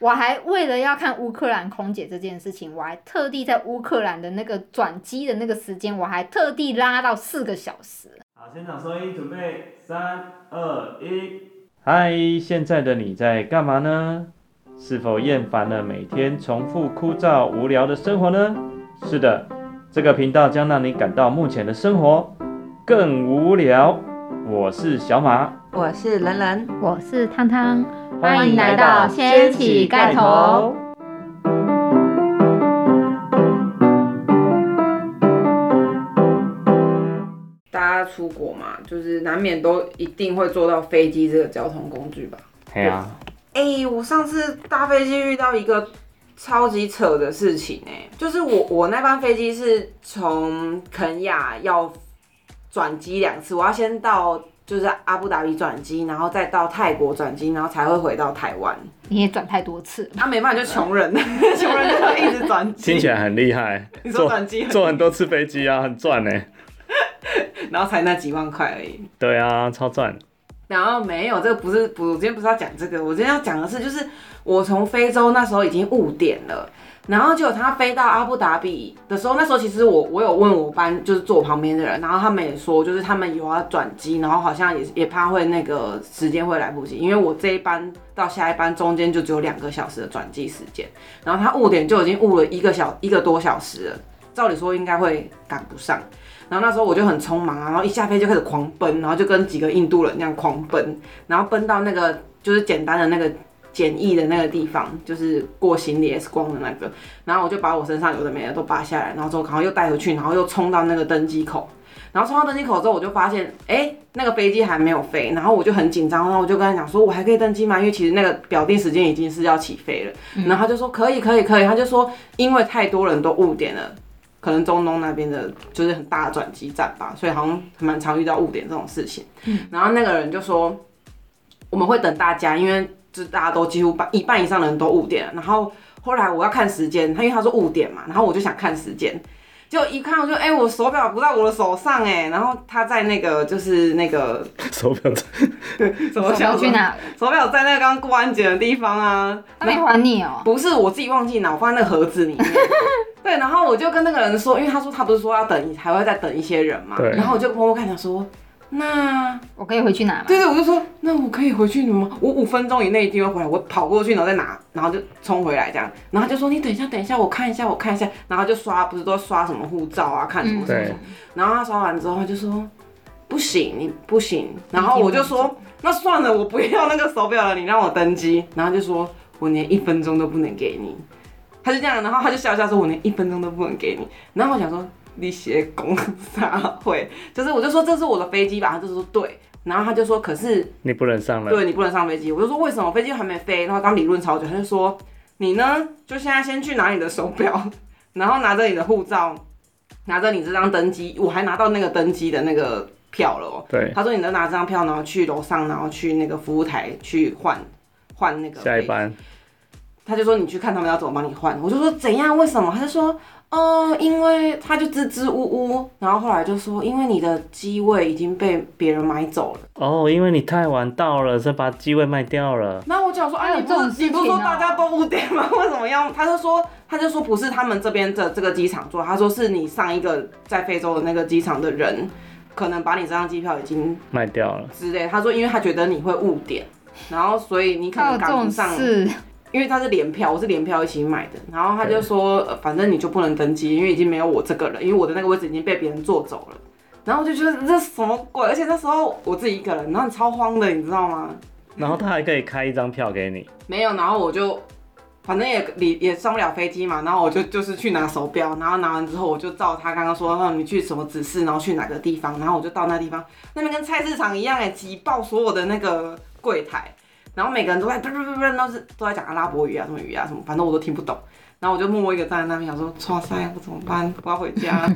我还为了要看乌克兰空姐这件事情，我还特地在乌克兰的那个转机的那个时间，我还特地拉到四个小时。好，现场收音，准备三二一。嗨，现在的你在干嘛呢？是否厌烦了每天重复枯燥无聊的生活呢？是的，这个频道将让你感到目前的生活更无聊。我是小马，我是人人，我是汤汤，欢迎来到掀起盖头。大家出国嘛，就是难免都一定会坐到飞机这个交通工具吧。嘿啊，哎、我上次搭飞机遇到一个超级扯的事情哎、就是我我那班飞机是从肯亚要转机两次，我要先到就是阿布达比转机，然后再到泰国转机，然后才会回到台湾。你也转太多次了。啊，没办法，就 穷人，穷人就会一直转听起机，来很厉害，你说坐转机很坐很多次飞机啊，很赚呢。然后才那几万块而已。对啊，超赚。然后没有，这个不是不，我今天不是要讲这个，我今天要讲的是，就是我从非洲那时候已经误点了，然后结果他飞到阿布达比的时候，那时候其实我我有问我班就是坐我旁边的人，然后他们也说就是他们有要转机，然后好像也也怕会那个时间会来不及，因为我这一班到下一班中间就只有两个小时的转机时间，然后他误点就已经误了一个小一个多小时了，照理说应该会赶不上。然后那时候我就很匆忙啊，然后一下飞就开始狂奔，然后就跟几个印度人那样狂奔，然后奔到那个就是简单的那个简易的那个地方，就是过行李 X 光的那个，然后我就把我身上有的没的都拔下来，然后之后然后又带回去，然后又冲到那个登机口，然后冲到登机口之后，我就发现哎、诶那个飞机还没有飞，然后我就很紧张，然后我就跟他讲说，我还可以登机吗？因为其实那个表定时间已经是要起飞了，然后他就说可以可以可以，他就说因为太多人都误点了。可能中东那边的就是很大的转机站吧，所以好像蛮常遇到误点这种事情。嗯然后那个人就说我们会等大家，因为就是大家都几乎半一半以上的人都误点了。然后后来我要看时间，他因为他说误点嘛，然后我就想看时间，结果一看我就哎、我手表不在我的手上哎、然后他在那个就是那个手表什么手小表去？哪了？手表在那个刚过安检的地方啊，他没还你哦、不是我自己忘记拿，我放在那个盒子里面。对，然后我就跟那个人说，因为他说他不是说要等，还会再等一些人嘛。对然后我就默默看他说，那我可以回去拿吗？对对，我就说那我可以回去吗？我五分钟以内一定会回来，我跑过去然后再拿，然后就冲回来这样。然后他就说你等一下，等一下，我看一下，我看一下。然后他就刷，不是都刷什么护照啊，看什嗯么什么什么。然后他刷完之后他就说不行，你不行。然后我就说那算了，我不要那个手表了，你让我登机。然后他就说我连一分钟都不能给你。他就这样，然后他就笑笑说：“我连一分钟都不能给你。”然后我想说：“你写公啥会？”就是我就说：“这是我的飞机吧？”他就说：“对。”然后他就说：“可是你不能上了。对你不能上飞机。”我就说：“为什么飞机还没飞？”然后刚理论超久，他就说：“你呢，就现在先去拿你的手表，然后拿着你的护照，拿着你这张登机，我还拿到那个登机的那个票了哦。对，他说：“你能拿这张票，然后去楼上，然后去那个服务台去换换那个下一飞班他就说你去看他们要怎么帮你换，我就说怎样？为什么？他就说，哦、因为他就支支吾吾，然后后来就说，因为你的机位已经被别人买走了。哦，因为你太晚到了，所以把机位卖掉了。然后我就想说，还啊，有你这不种是你不是事情说哦大家都误 点吗？为什么要？他就说，他就说不是他们这边的这个机场做，他说是你上一个在非洲的那个机场的人，可能把你这张机票已经卖掉了，之类。他说，因为他觉得你会误点，然后所以你可还能有这赶种不上。事，因为他是联票，我是联票一起买的，然后他就说，呃反正你就不能登机，因为已经没有我这个人，因为我的那个位置已经被别人坐走了。然后我就觉得这什么鬼，而且那时候我自己一个人，然后超慌的，你知道吗？然后他还可以开一张票给你。没有，然后我就反正也也也上不了飞机嘛，然后我就就是去拿手表，然后拿完之后我就照他刚刚说，让你去什么指示，然后去哪个地方，然后我就到那地方，那边跟菜市场一样哎，挤爆所有的那个柜台，然后每个人都在嘟嘟嘟嘟，都是都在讲阿拉伯语啊，什么语啊什么，反正我都听不懂。然后我就默默一个站在那边，想说：“哇塞，我怎么办？ 我要回家，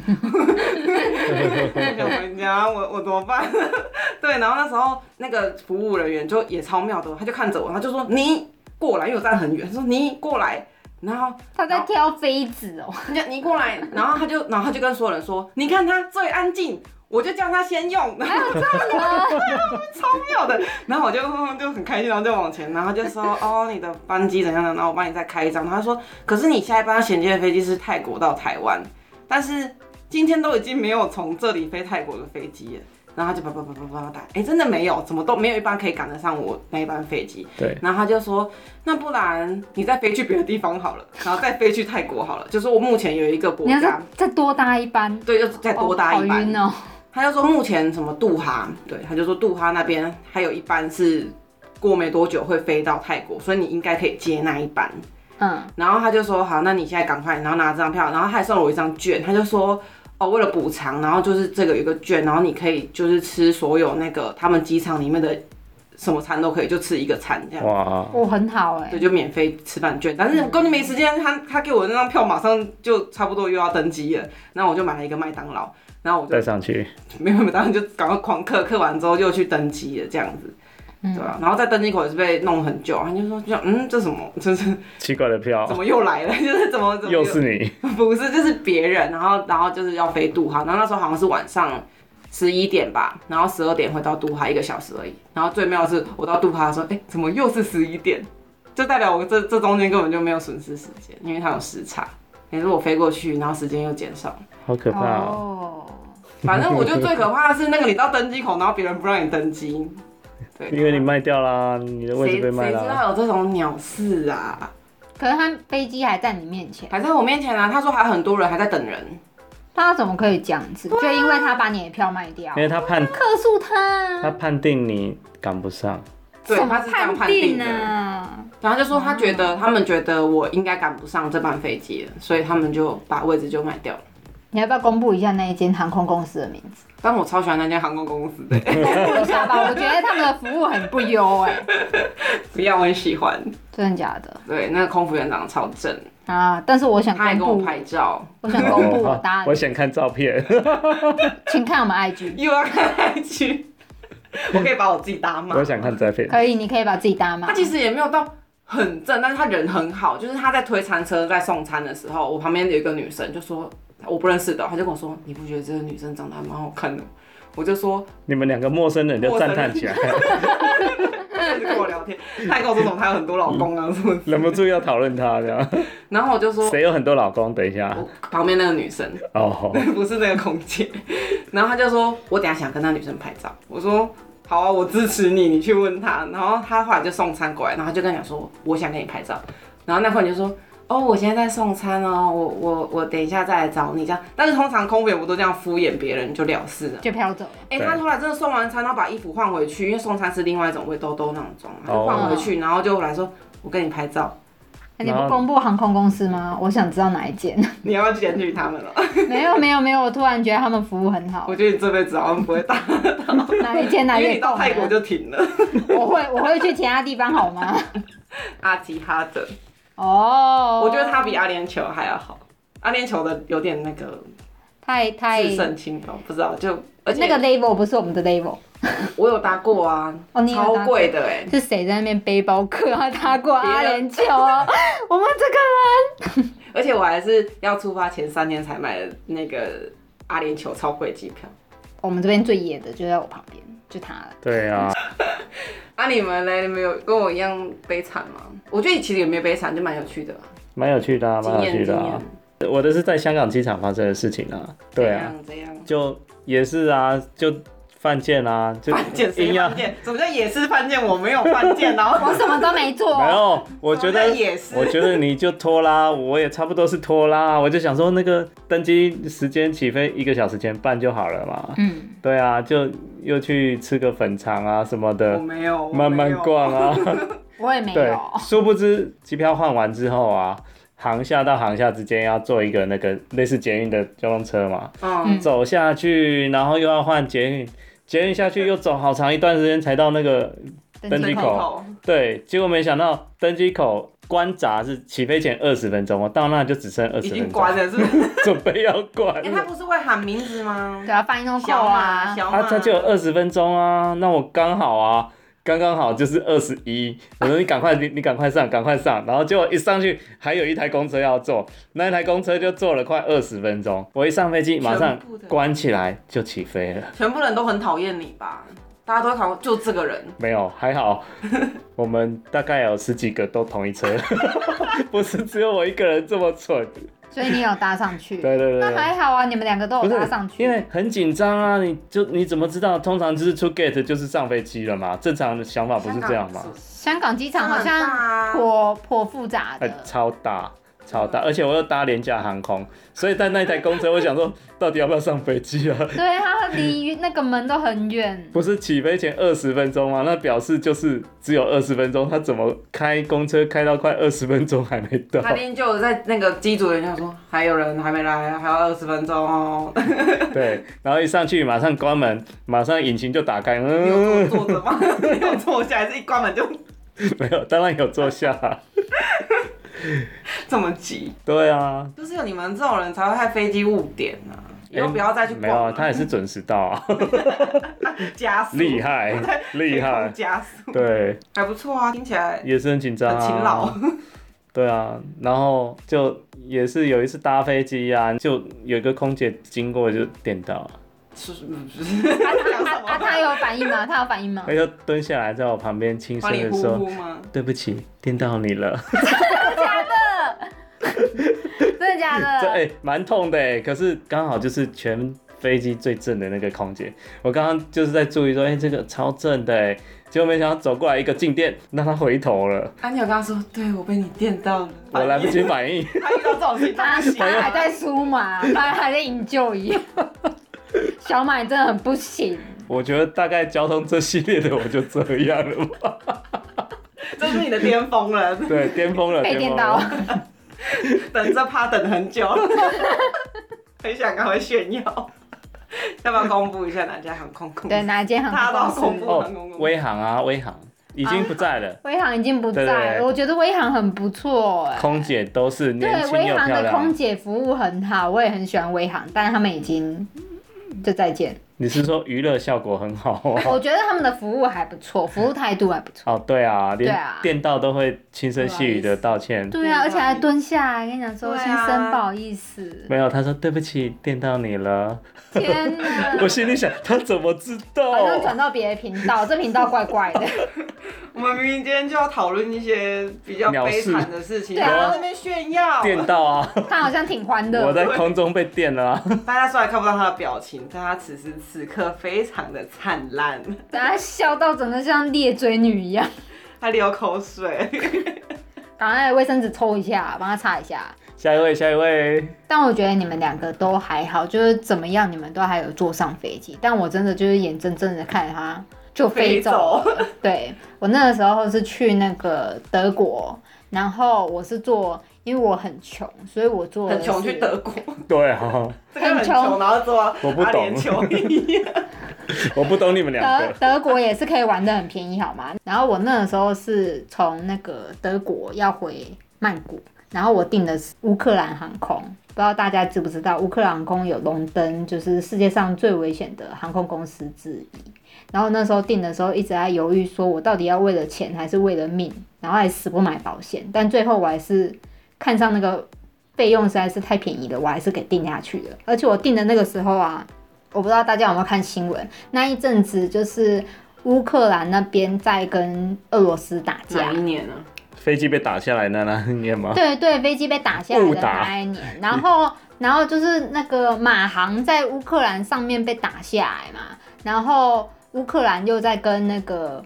我想回家，我我怎么办？” 对，然后那时候那个服务人员就也超妙的，他就看着我，他就说：“你过来，因为我站很远，他说你过来，然后他在挑妃子哦、人家你过来，然后他就然后他就跟所有人说，你看他最安静，我就叫他先用，然后这样子超妙的。然后我就就很开心，然后就往前，然后就说哦，你的班机怎样的，然后我帮你再开一张。他说，可是你下一班要衔接的飞机是泰国到台湾，但是今天都已经没有从这里飞泰国的飞机了。然后他就叭叭叭叭叭打，哎、真的没有，怎么都没有一班可以赶得上我那一班飞机。对，然后他就说，那不然你再飞去别的地方好了，然后再飞去泰国好了。就说我目前有一个国你要家再，再多搭一班，对，就再多搭一哦好班。晕哦。他就说目前什么杜哈，对，他就说杜哈那边还有一班是过没多久会飞到泰国，所以你应该可以接那一班。嗯，然后他就说好，那你现在赶快，然后拿这张票，然后他还送了我一张券，他就说哦，为了补偿，然后就是这个有一个券，然后你可以就是吃所有那个他们机场里面的什么餐都可以，就吃一个餐这样。哇，我很好哎、哦对，就免费吃饭券，但是根本没时间，他他给我的那张票马上就差不多又要登机了，然后我就买了一个麦当劳，然后我就 再上去，没有，没有，当然就赶快狂刻，刻完之后又去登机了，这样子，嗯对啊吧、然后在登机口也是被弄很久，他就说就嗯，这什么，就是奇怪的怎票，么又来了， 就是怎么怎么又是你， 不是就是别人，然后然后就是要飞杜哈，然后那时候好像是晚上十一点吧，然后十二点回到杜哈一个小时而已，然后最妙的是我到杜哈说，哎、怎么又是十一点？就代表我这这中间根本就没有损失时间，因为它有时差。也是我飞过去，然后时间又减少。好可怕哦！哦，反正我就最可怕的是那个你到登机口，然后别人不让你登机，对，啊因为你卖掉啦，你的位谁置被谁卖啊知啦，道有这种鸟事啊？可是他飞机还在你面前，还在我面前啊，他说还很多人还在等人，他怎么可以这样子？啊就因为他把你的票卖掉因，为他判克诉他，他判定你赶不上，对，怎他么是这样判定定的。啊？然后就说他觉得他们觉得我应该赶不上这班飞机了，所以他们就把位置就卖掉了。你要不要公布一下那一间航空公司的名 字？但我超喜欢那间航空公司的，公布一下吧，我觉得他们的服务很不优哎、不要我很喜欢。真的假的对，那个空服员长得超正，啊？但是我想他还公跟我布，拍照，我想公 布我答案哦我，想看照片，请看我们 IG，又要看去， 我可以把我自己打码我。想看照片，可以，你可以把自己搭满他。其实也没有到很正，但是他人很好。就是他在推餐车在送餐的时候，我旁边有一个女生就说我不认识的，她就跟我说你不觉得这个女生长得还蛮好看的吗？我就说 你们两个陌生人就赞叹起来，她就跟我聊天，她还跟我说什么她有很多老公啊什么，忍不住要讨论他这样，然后我就说谁有很多老公？等一下，我旁边那个女生 哦，不是那个空姐， 然后她就说我等一下想跟那女生拍照，我说。好啊，我支持你，你去问她。然后她后来就送餐过来，然后她就跟我讲说，我想跟你拍照。然后那空姐就说，哦，我现在在送餐哦，我我我等一下再来找你这样。但是通常空服员不都这样敷衍别人就了事了。就飘走了，哎、对他后来真的送完餐，然后把衣服换回去，因为送餐是另外一种味兜兜那种装嘛，啊他就哦换回去，然后就来说，我跟你拍照， 那你然不后公布航空公司吗？我想知道哪一间。 你要不要检举他们了？ 没有没有没有，我突然觉得他们服务很好我，觉得你这辈子好像不会打，哪一间哪因一为你间到够泰国就停了。我会我会去其他地方好吗？阿吉哈德，哦， 我觉得他比阿联酋还要好。阿联酋的有点那个太太自胜清高，不知道就而且哎那个 level 不是我们的 level，我有搭过啊，哦你有搭过超贵的哎、是谁在那边背包客啊？他过阿别人联酋啊？ 我们这个而且我还是要出发前三天才买的那个阿联酋超贵机票。人，我们这边最野的就在我旁边，就他了。对啊，啊，你们嘞？你们有跟我一样悲惨吗？我觉得其实也没悲惨，就蛮有趣的吧，蛮有趣的啊，经蛮有验趣经的验啊。。我的是在香港机场发生的事情啊，对啊，怎样，怎样。就也是啊，就犯贱啊，就犯贱谁硬要犯贱？什么叫也是犯贱？我没有犯贱，然后我什么都没做，没有， 哦我觉什得么叫也是我觉得你就拖拉，我也差不多是拖拉，我就想说那个登机时间起飞一个小时前半就好了嘛。嗯，对啊，就又去吃个粉肠啊什么我的，没有，我没有慢慢。逛 啊。我也没对有，，殊不知机票换完之后啊，航厦到航厦之间要坐一个那个类似捷运的交通车嘛，嗯，走下去，然后又要换捷运，捷运下去又走好长一段时间才到那个登机口口对，结果没想到登机口关闸是起飞前二十分钟，我到那就只剩二已十经分关钟，了，是不 是？准备要关哎，他了。啊不是会喊名字吗 对？啊，翻译弄口小马，啊，小啊，马，他就有二十分钟啊，那我刚好啊，刚刚好就是二十一。我说你赶快，你你赶快上，赶快上。然后结果一上去，还有一台公车要坐，那一台公车就坐了快二十分钟。我一上飞机，马上全部的关起来就起飞了。全部人都很讨厌你吧？大家都会考，就这个人，没有，还 好，我们大概有十几个都同一车，不是只有我一个人这么蠢。所以你有搭上去。对对对。那还好啊，你们两个都不有是搭上去。因为很紧张啊，你就你怎么知道？通常就是出 gate 就是上飞机了嘛，正常的想啊法不是这样嘛？香港机场好香港很大像啊？颇颇复杂哎、的，超大超大，而且我又搭廉价航空，所以在那台公车，我 想说，到底要不要上飞机啊？对，它离那个门都很 远。不是起飞前二十分钟吗？那表示就是只有二十分钟，他怎么开公车开到快二十分钟还没到？他今天就有在那个机组人员说，还有人还没来，还有二十分钟哦。嗯 对，然后一上去马上关门，马上引擎就打开， 你有嗯，坐坐着吗？ 你有坐下，还是一关门就没有，当然有坐 下。这么急？对啊，就是有你们这种人才会害飞机误点啊！以后不要再去没有啊，逛了，他也是准时到啊，加速厉害 厉天害空，加速对，还不错啊，听起来也是很紧张、很啊，勤劳。对啊，然后就也是有一次搭飞机啊，就有一个空姐经过就电到了，是嗯不是？啊讲他什么啊他有反应吗？他有反应吗？她就蹲下来在哦我旁边轻把声你的呼 说：“呼吗？对不起，电到你了。真的假这的？哎蛮、痛的哎，可是刚好就是全飞机最正的那个空姐，我刚刚就是在注意说，哎、这个超正的哎，结果没想到走过来一个静电，让她回头了，安妮有跟他说，对我被你电到了，我来不及买。反应。他遇到这种情况他不行啊，他还在输嘛，他还在营救一 样。小马你真的很不行，我觉得大概交通这系列的我就这样了吧，这是你的巅峰了，对，巅峰了，被巅电峰到了。。等这趴等很久， 很想赶快炫耀。要不要公布一下哪家航空公司？对，哪一间大家都航好空恐公司怖？哦，威航啊，威航已经不在了，威航已经不在，对对对我觉得威航很不错哎、空姐都是年对，轻威又航漂的空亮。姐服务很好，我也很喜欢威航，但他们已经就再 见。你是说娱乐效果很好啊？我觉得他们的服务还不错，服务态度还不错。哦，对啊，对连啊电到都会轻声细语的道歉。对啊，对而且还蹲下来跟你讲说：“对先啊生，不好意思。没有，他说对不起，电到你了。”天哪！ 我心里想，他怎么知好像道？转到别的频道，这频道怪怪 的。我们明明今天就要讨论一些比较悲惨的事情，鸟然事后在那边炫耀。电到啊！他好像挺欢乐我的。在空中被电了、啊。大家虽然看不到他的表情，但他此时此刻非常的灿烂，等他笑到整个像裂嘴女一样， 他流口水。赶快卫生纸抽一下，帮他擦一下。下一位，下一位。但我觉得你们两个都还好，就是怎么样，你们都还有坐上飞机。但我真的就是眼睁睁的看着他就飞走了。对我那个时候是去那个德国，然后我是坐，因为我很穷，所以我坐的很穷是去德国，对啊，这个很穷，然后做我不懂阿联酋一样。我不懂你们两德 个。啊德国也是可以玩的很便宜，好吗？然后我那个时候是从那个德国要回曼谷，然后我订的是乌克兰航空，不知道大家知不知道，乌克兰航空有龙登，就是世界上最危险的航空公司之一。然后那时候订的时候一直在犹豫，说我到底要为了钱还是为了命，然后还死不买保险。但最后我还是看上那个费用实在是太便宜了，我还是给定下去了。而且我订的那个时候啊，我不知道大家有没有看新闻，那一阵子就是乌克兰那边在跟俄罗斯打架哪一。年啊呢？飞机被打下来那那念吗？对对，飞机被打下来误的打那一年，然后 然后就是那个马航在乌克兰上面被打下来嘛，然后乌克兰又在跟那个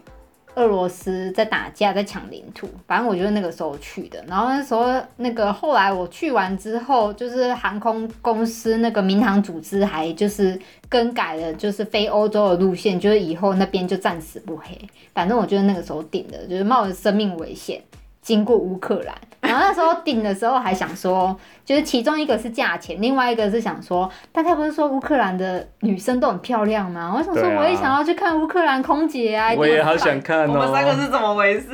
俄罗斯在打架，在抢领土。反正我就是那个时候去的，然后那时候那个后来我去完之后，就是航空公司那个民航组织还就是更改了，就是非欧洲的路线，就是以后那边就战死不黑。反正我就是那个时候顶的，就是冒着生命危险。经过乌克兰，然后那时候顶的时候还想说，就是其中一个是价钱，另外一个是想说，大家不是说乌克兰的女生都很漂亮吗？我想说对啊我也想要去看乌克兰空姐啊，我一定也要好去吧想看我哦、们三个是怎么回事？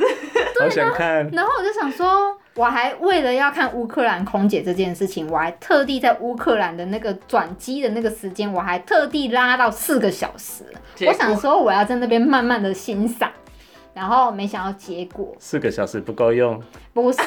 好想看。然后我就想说，我还为了要看乌克兰空姐这件事情，我还特地在乌克兰的那个转机的那个时间，我还特地拉到四个小时。结我果想说，我要在那边慢慢的欣赏。然后没想到结果四个小时不够用，不 是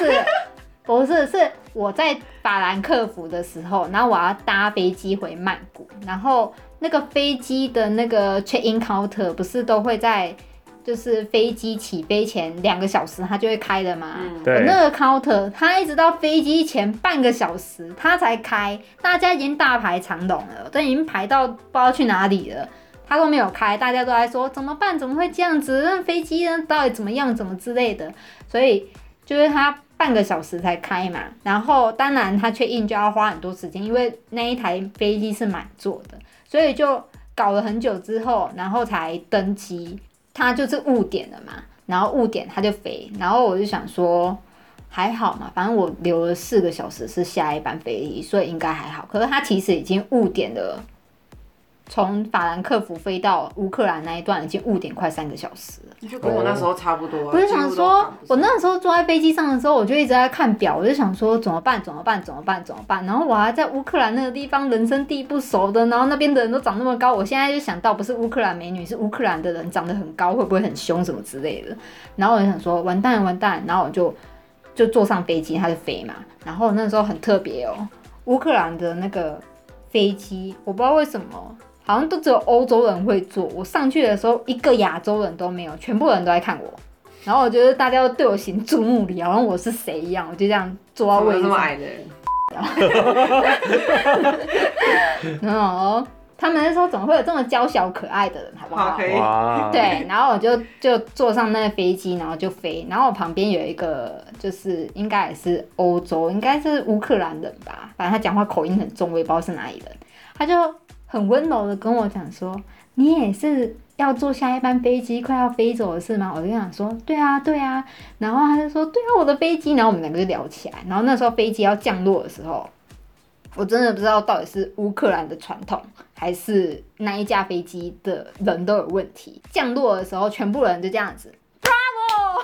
不是是我在法兰克福的时候，然后我要搭飞机回曼谷，然后那个飞机的那个 check in counter 不是都会在就是飞机起飞前两个小时它就会开的吗？嗯，我对，那个 counter，他一直到飞机前半个小时，他才开，大家已经大排长龙了，都已经排到不知道去哪里了，他都没有开，大家都在说怎么办？怎么会这样子？那飞机呢？到底怎么样？怎么之类的？所以就是他半个小时才开嘛，然后当然他确定就要花很多时间，因为那一台飞机是满座的，所以就搞了很久之后，然后才登机，他就是误点了嘛。然后误点他就飞，然后我就想说，还好嘛，反正我留了四个小时是下一班飞机，所以应该还好。可是他其实已经误点了，从法兰克福飞到乌克兰那一段已经误点快三个小时了。就跟我那时候差不多啊。我就几乎想都说赶不，我上那时候坐在飞机上的时候，我就一直在看表，我就想说怎么办？怎么办？怎么办？怎么办？然后我还在乌克兰那个地方人生地不熟的，然后那边的人都长那么高，我现在就想到不是乌克兰美女，是乌克兰的人长得很高，会不会很凶什么之类的？然后我就想说完蛋完蛋，然后我就就坐上飞机，它就飞嘛。然后那时候很特别哦，乌克兰的那个飞机，我不知道为什么。好像都只有欧洲人会坐，我上去的时候一个亚洲人都没有，全部人都在看我。然后我觉得大家都对我行注目礼，好像我是谁一样，我就这样坐到怎么位有置这么上。矮的人？然后嗯哦他们那时候怎么会有这么娇小可爱的人，好不好？好可以哇，，对，然后我就就坐上那个飞机，然后就飞。然后我旁边有一个，就是应该也是欧洲，应该是乌克兰人吧，反正他讲话口音很重，我也不知道是哪里人。他就很温柔的跟我讲说：“你也是要坐下一班飞机，快要飞走了是吗？”我就跟他说：“对啊，对啊。”然后他就说：“对啊，我的飞机。”然后我们两个就聊起来。然后那时候飞机要降落的时候，我真的不知道到底是乌克兰的传统，还是那一架飞机的人都有问题。降落的时候，全部人就这样子，Bravo！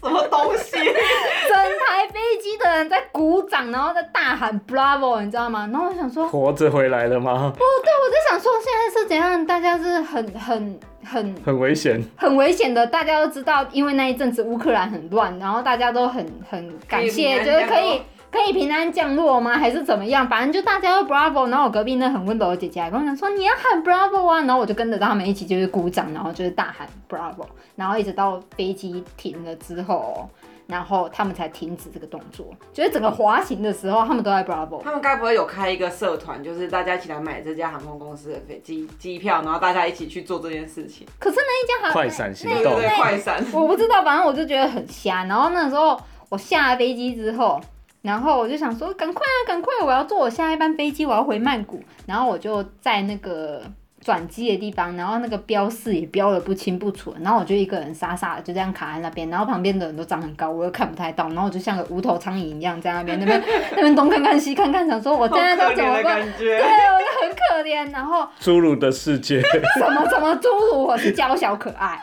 什么东西？整台飞机的人在鼓掌，然后在大喊 Bravo，你知道吗？然后我想说，活着回来了吗？我在想说现在是怎样，大家是很很很很危险，很危险的，大家都知道，因为那一阵子乌克兰很乱，然后大家都很很感谢，可以平安觉得可降以落可以平安降落吗？还是怎么样？反正就大家都 bravo，然后我隔壁那很温柔的姐姐还跟我讲说你要喊 bravo 啊，然后我就跟着他们一起就是鼓掌，然后就是大喊 bravo，然后一直到飞机停了之后哦，然后他们才停止这个动作，就是整个滑行的时候他们都在 bravo， 他们该不会有开一个社团，就是大家一起来买这家航空公司的飞机机票，然后大家一起去做这件事情？可是那一家好快闪行对动对，对，快闪。我不知道，反正我就觉得很瞎。然后那时候我下了飞机之后，然后我就想说，赶快啊，赶快，我要坐我下一班飞机，我要回曼谷。然后我就在那个转机的地方，然后那个标示也标的不清不楚，然后我就一个人傻傻的就这样卡在那边，然后旁边的人都长很高，我又看不太到，然后我就像个无头苍蝇一样在那边那 边那边东看看西看看，想说我好现在可到底怎怜么的办？ 感对，觉，我就很可怜，然后侏儒的世界， 什么什么侏儒，我是娇小可爱。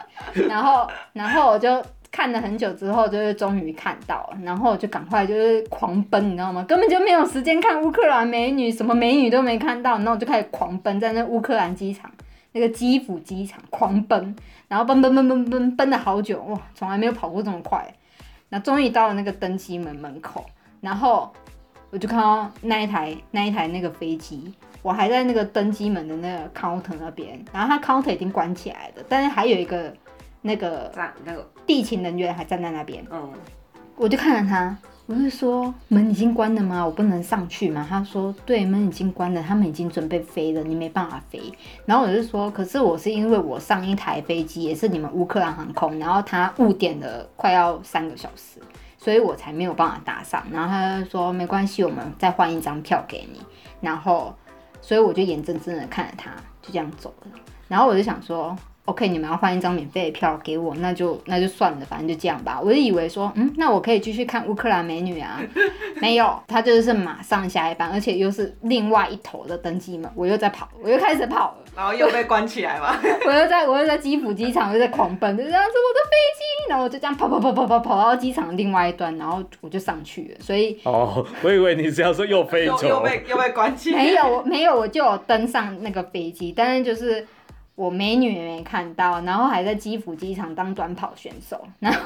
然后，然后我就看了很久之后，就是终于看到了，然后我就赶快就是狂奔，你知道吗？根本就没有时间看乌克兰美女，什么美女都没看到，然后我就开始狂奔，在那乌克兰机场。那个基辅机场狂奔，然后奔奔奔奔奔奔了好久，哇，从来没有跑过这么快。那终于到了那个登机门门口，然后我就看到那一台那一台那个飞机，我还在那个登机门的那个 counter 那边，然后它 counter 已经关起来了，但是还有一个那个站那个，地勤人员还站在那边，嗯，我就看着他，我就说门已经关了吗？我不能上去吗？他说对，门已经关了，他们已经准备飞了，你没办法飞。然后我就说，可是我是因为我上一台飞机也是你们乌克兰航空，然后他误点了快要三个小时，所以我才没有办法搭上。然后他就说没关系，我们再换一张票给你。然后，所以我就眼睁睁的看着他就这样走了。然后我就想说。OK，你们要换一张免费的票给我，那就那就算了，反正就这样吧。我就以为说，嗯，那我可以继续看乌克兰美女啊， 没有，他就是马上下一班，而且又是另外一头的登机门，我又在跑，我又开始跑了。 然后又被关起 来嘛。我又在我又在基辅机场又在狂奔，就这样子我的飞机，然后我就这样跑跑跑跑跑跑到机场另外一端，然后我就上去了，所以哦，我以为你是要说又飞又走又，被又被关起来。没有我没有我就有登上那个飞机，但是就是我美女也没看到，然后还在基辅机场当短跑选手， 然后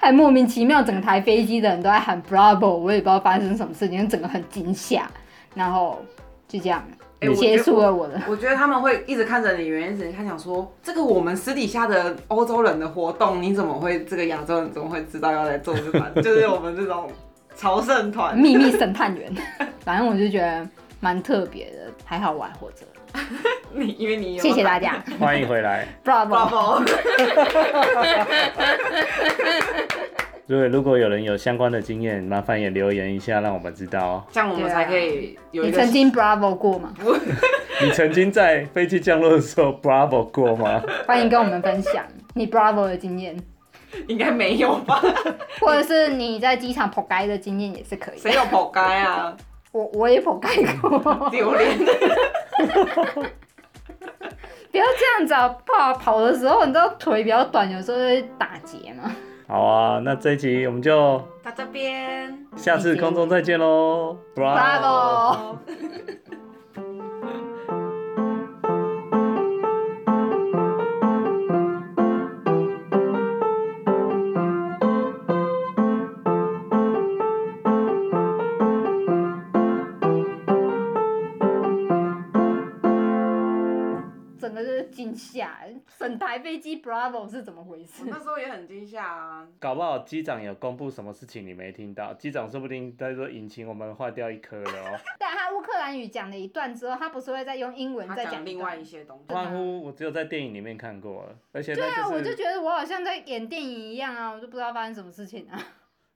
还莫名其妙，整台飞机的人都在喊 Bravo，我也不知道发生什么事情，整个很惊吓，然后就这样哎我结束觉得了我的。 我觉得他们会一直看着你，原因是他想说，这个我们私底下的欧洲人的活动，你怎么会这个亚洲人怎么会知道要来做这款？ 就是我们这种朝圣团。秘密神探员， 反正我就觉得蛮特别的，还好我还活着，你因为你有啊谢谢大 家欢迎回来。 ，Bravo！ ，Bravo！ 如果如果有人有相关的经验，麻烦也留言一下，让我们知道 哦。这样我们才可以有啊你一个曾经 Bravo 过吗？你曾经在飞机降落的时候 Bravo 过吗？欢迎跟我们分享你 Bravo 的经验，应该没有吧？ 或者是你在机场破街的经验也是可以的。谁有跑街啊？我我也破街 过，丢脸！不要这样子啊！跑跑的时候，你知道腿比较短，有时候会打结嘛。好啊，那这一集我们就 他这边下次空中再见喽 Bravo！整个就是惊吓，整台飞机 Bravo 是怎么回事我？那时候也很惊吓啊。搞不好机长有公布什么事情你没听到，机长说不定他说引擎我们坏掉一颗了哦。但他乌克兰语讲了一段之后，他不是会再用英文他再讲讲一另段外一些东西，欢呼！我只有在电影里面看过了，而且啊对啊，那我就就是觉得我好像在演电影一样啊，我就不知道发生什么事情啊。